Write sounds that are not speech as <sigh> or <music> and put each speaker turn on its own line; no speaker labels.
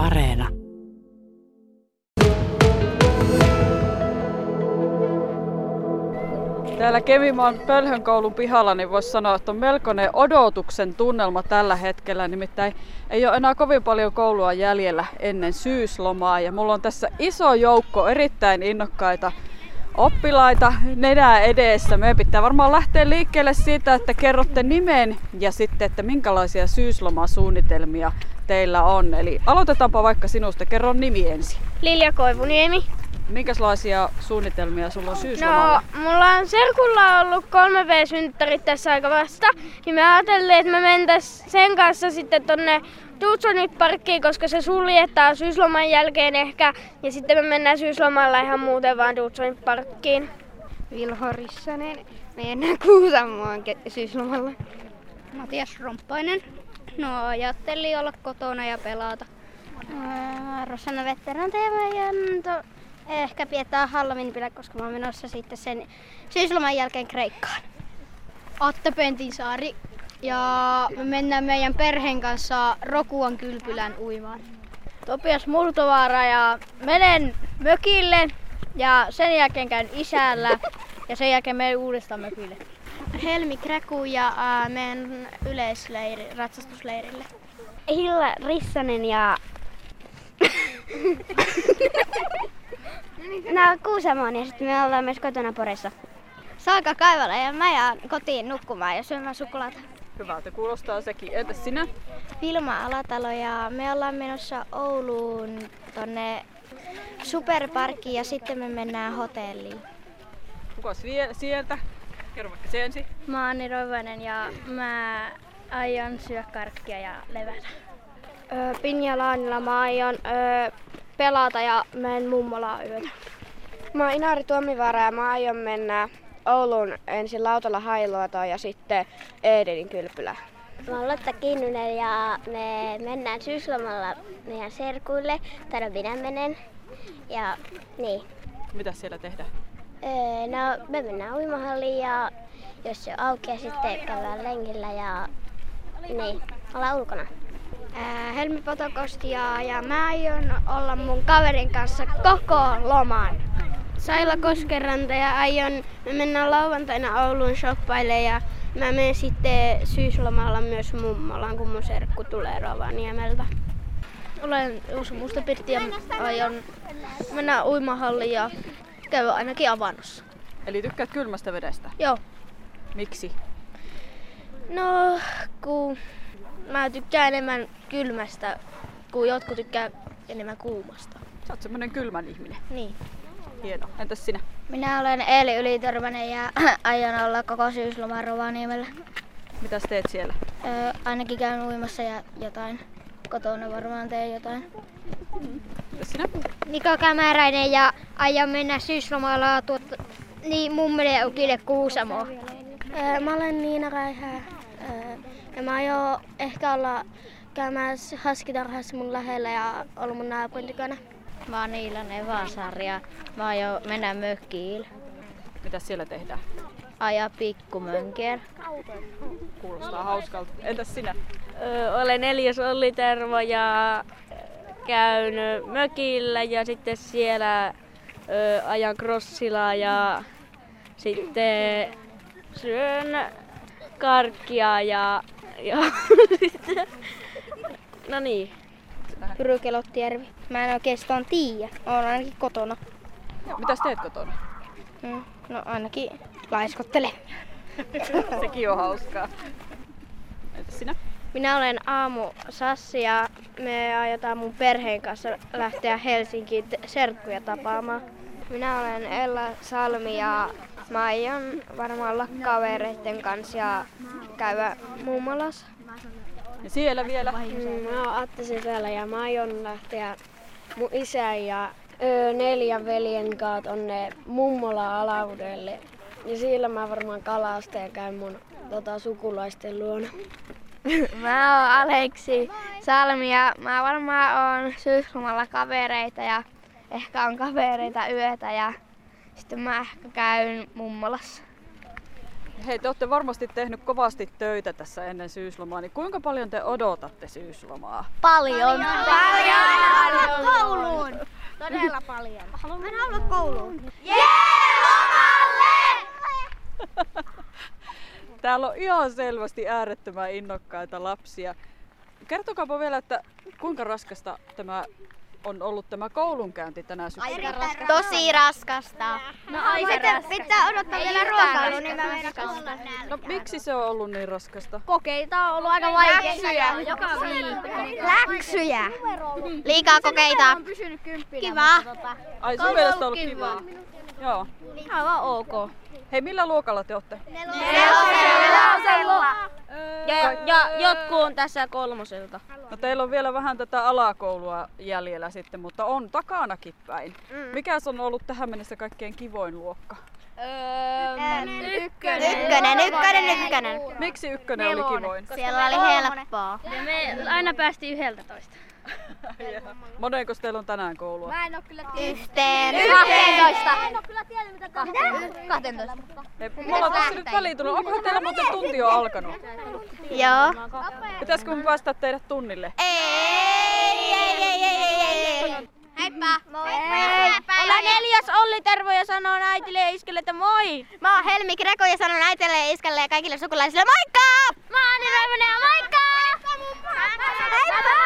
Areena.
Täällä Kemimaan Pölhön koulun pihalla niin voisi sanoa, että on melkoinen odotuksen tunnelma tällä hetkellä. Nimittäin ei ole enää kovin paljon koulua jäljellä ennen syyslomaa. Ja mulla on tässä iso joukko erittäin innokkaita oppilaita nenää edessä. Meidän pitää varmaan lähteä liikkeelle siitä, että kerrotte nimen ja sitten, että minkälaisia syyslomasuunnitelmia teillä on. Eli aloitetaanpa vaikka sinusta. Kerro nimi ensin.
Lilja Koivuniemi.
Minkälaisia suunnitelmia sulla on syyslomalle?
No, mulla on Serkulla ollut 3V-synttärit tässä aika vasta, niin me ajattelin, että me mentäis sen kanssa sitten tonne Tutsonit parkkiin, koska se suljettaa syysloman jälkeen ehkä, ja sitten me mennään syyslomalla ihan muuten vaan Tutsonit parkkiin.
Vilho Rissanen, meidän Kuusamoon ke- syyslomalla.
Matias Romppainen. No ajattelin olla kotona ja pelata.
Ää, Rosanna Vetteran teema ja mm, to, ehkä pidetään Halloweenpilä, koska mä oon menossa sitten sen syysloman jälkeen Kreikkaan.
Atte Pentinsaari ja me mennään meidän perheen kanssa Rokuan kylpylän uimaan.
Topias Murtovaara ja menen mökille ja sen jälkeen käyn isällä ja sen jälkeen menen uudestaan mökille.
Helmi Kreku ja äh, meidän yleisleiri, ratsastusleirille.
Hilla Rissanen ja... no Kuusamoon ja sitten me ollaan myös kotona Poressa.
Saaka Kaivala ja mä jään kotiin nukkumaan ja syömään suklaata.
Hyvältä kuulostaa sekin. Entäs sinä?
Vilma Alatalo ja me ollaan menossa Ouluun tonne superparkkiin ja sitten me mennään hotelliin.
Kukas vie- sieltä? Kerro vaikka se ensin.
Mä oon Anni Roivainen ja mä aion syödä karkkia ja levätä.
Öö, Pinja Laanilla mä aion öö, pelata ja menen mummolaan yötä.
Mä oon Inari Tuomivaara ja mä aion mennä Oulun ensin lautalla hailuotoon ja sitten Edelin kylpylään.
Mä oon Lotta Kinnunen ja me mennään syyslomalla meidän serkuille, tai minä menen. Ja niin.
Mitä siellä tehdään?
Öö, no, me mennään uimahalliin ja jos se aukeaa, sitten käydään lenkillä ja niin, ollaan ulkona.
Ää, Helmi Potokosti ja, ja mä aion olla mun kaverin kanssa koko loman.
Saila Koskeranta ja aion, me mennään lauantaina Ouluun shoppaille ja mä menen sitten syyslomalla myös mummolaan, kun mun serkku tulee Rovaniemeltä.
Olen Uusi Mustapirtti ja aion mennä uimahalliin ja käydä ainakin avannossa.
Eli tykkäät kylmästä vedestä?
Joo.
Miksi?
No, kun mä tykkään enemmän kylmästä, kun jotkut tykkää enemmän kuumasta.
Sä oot semmonen kylmän ihminen.
Niin.
Hieno. Entäs sinä?
Minä olen Eeli Ylitörmänen ja <clears throat> aion olla koko syysloman Rovaniemellä.
Mitäs teet siellä?
Öö, ainakin käyn uimassa ja jotain. Kotona varmaan teen jotain.
Entäs sinä?
Niko Kämäräinen ja aion mennä syyslomalla tuot, niin mummille ukille Kuusamoon.
Öö, mä olen Niina Räihää. Öö, ja mä aion ehkä olla käymässä haskitarhassa mun lähellä ja olla mun naapurin tykönä.
Mä oon Iilan Evasaari ja mä aion mennä mökkiin.
Mitä siellä tehdään?
Ajaa pikkumönkiä.
Kuulostaa hauskalta. Entäs sinä?
Öö, olen Elias Olli Tervo ja käyn mökillä ja sitten siellä öö, ajan crossilla ja sitten syön karkkia ja, ja <laughs> sitten... No niin.
Pyrykelottijärvi. Mä en oikeastaan tiedä. Oon ainakin kotona.
Mitäs teet kotona?
Mm, no ainakin laiskottele.
Sekin on hauskaa. Entäs sinä?
Minä olen Aamu Sassi ja me aiotaan mun perheen kanssa lähteä Helsinkiin te- serkkuja tapaamaan.
Minä olen Ella Salmi ja mä aion varmaan olla kavereiden kanssa ja käydä mummolassa.
Ja siellä vielä?
Mm, mä oon Atte Sisällä ja mä aion lähteä mun isä ja öö, neljän veljen kanssa tonne mummola alaudelle. Ja siellä mä varmaan kalastan ja käyn mun tota, sukulaisten luona.
mä oon Aleksi Salmi ja mä varmaan oon syyslomalla kavereita ja ehkä on kavereita yötä ja sitten mä ehkä käyn mummolassa.
Hei, te olette varmasti tehnyt kovasti töitä tässä ennen syyslomaa, niin kuinka paljon te odotatte syyslomaa?
Paljon.
Paljon.
Paljon.
Kouluun.
Todella paljon.
Mä en halua kouluun.
Täällä on ihan selvästi äärettömän innokkaita lapsia. Kertokaapa vielä, että kuinka raskasta tämä on ollut tämä koulunkäynti tänä syksynä?
Tosi raskasta.
No aika
Pitää-
raskasta.
Pitää odottaa
Ei
vielä
yhtään
ruokailua, niin mä
raskasta.
menen kouluun.
No miksi se on ollut niin raskasta?
Kokeita on ollut aika
Läksyjä.
vaikeita.
Läksyjä. Liikaa kokeita. Kiva.
Ai
Koulu
sun mielestä on ollut kivaa. Joo.
Aivan ok.
Hei, millä luokalla te olette?
Ja, ja jotkut on tässä kolmoselta.
No teillä on vielä vähän tätä alakoulua jäljellä sitten, mutta on takanakin päin.
Mm.
Mikäs on ollut tähän mennessä kaikkein kivoin luokka?
Ykkönen. Ykkönen, ykkönen, ykkönen.
Miksi ykkönen oli kivoin?
Siellä oli helppoa.
Ja me aina päästiin yhdeltä toista.
Monenko teillä on tänään koulua?
en oo kyllä tiennyt.
Yhteen.
en oo kyllä tiennyt mitä kahteen.
12.
Hei, mulla on tässä nyt väliin tullut. Onkohan teillä muuten tunti jo alkanut?
Joo.
Pitäisikö me päästä teidät tunnille?
Ei, ei, ei, ei, ei, ei, ei. Heippa. Moi.
Olen neljäs Olli Tervo ja sanon äitille ja iskelle, että moi!
Mä oon Helmi Kreko ja sanon äitelle ja iskälle ja kaikille sukulaisille moikka! Mä oon Anni Raivonen ja moikka! Heippa! niin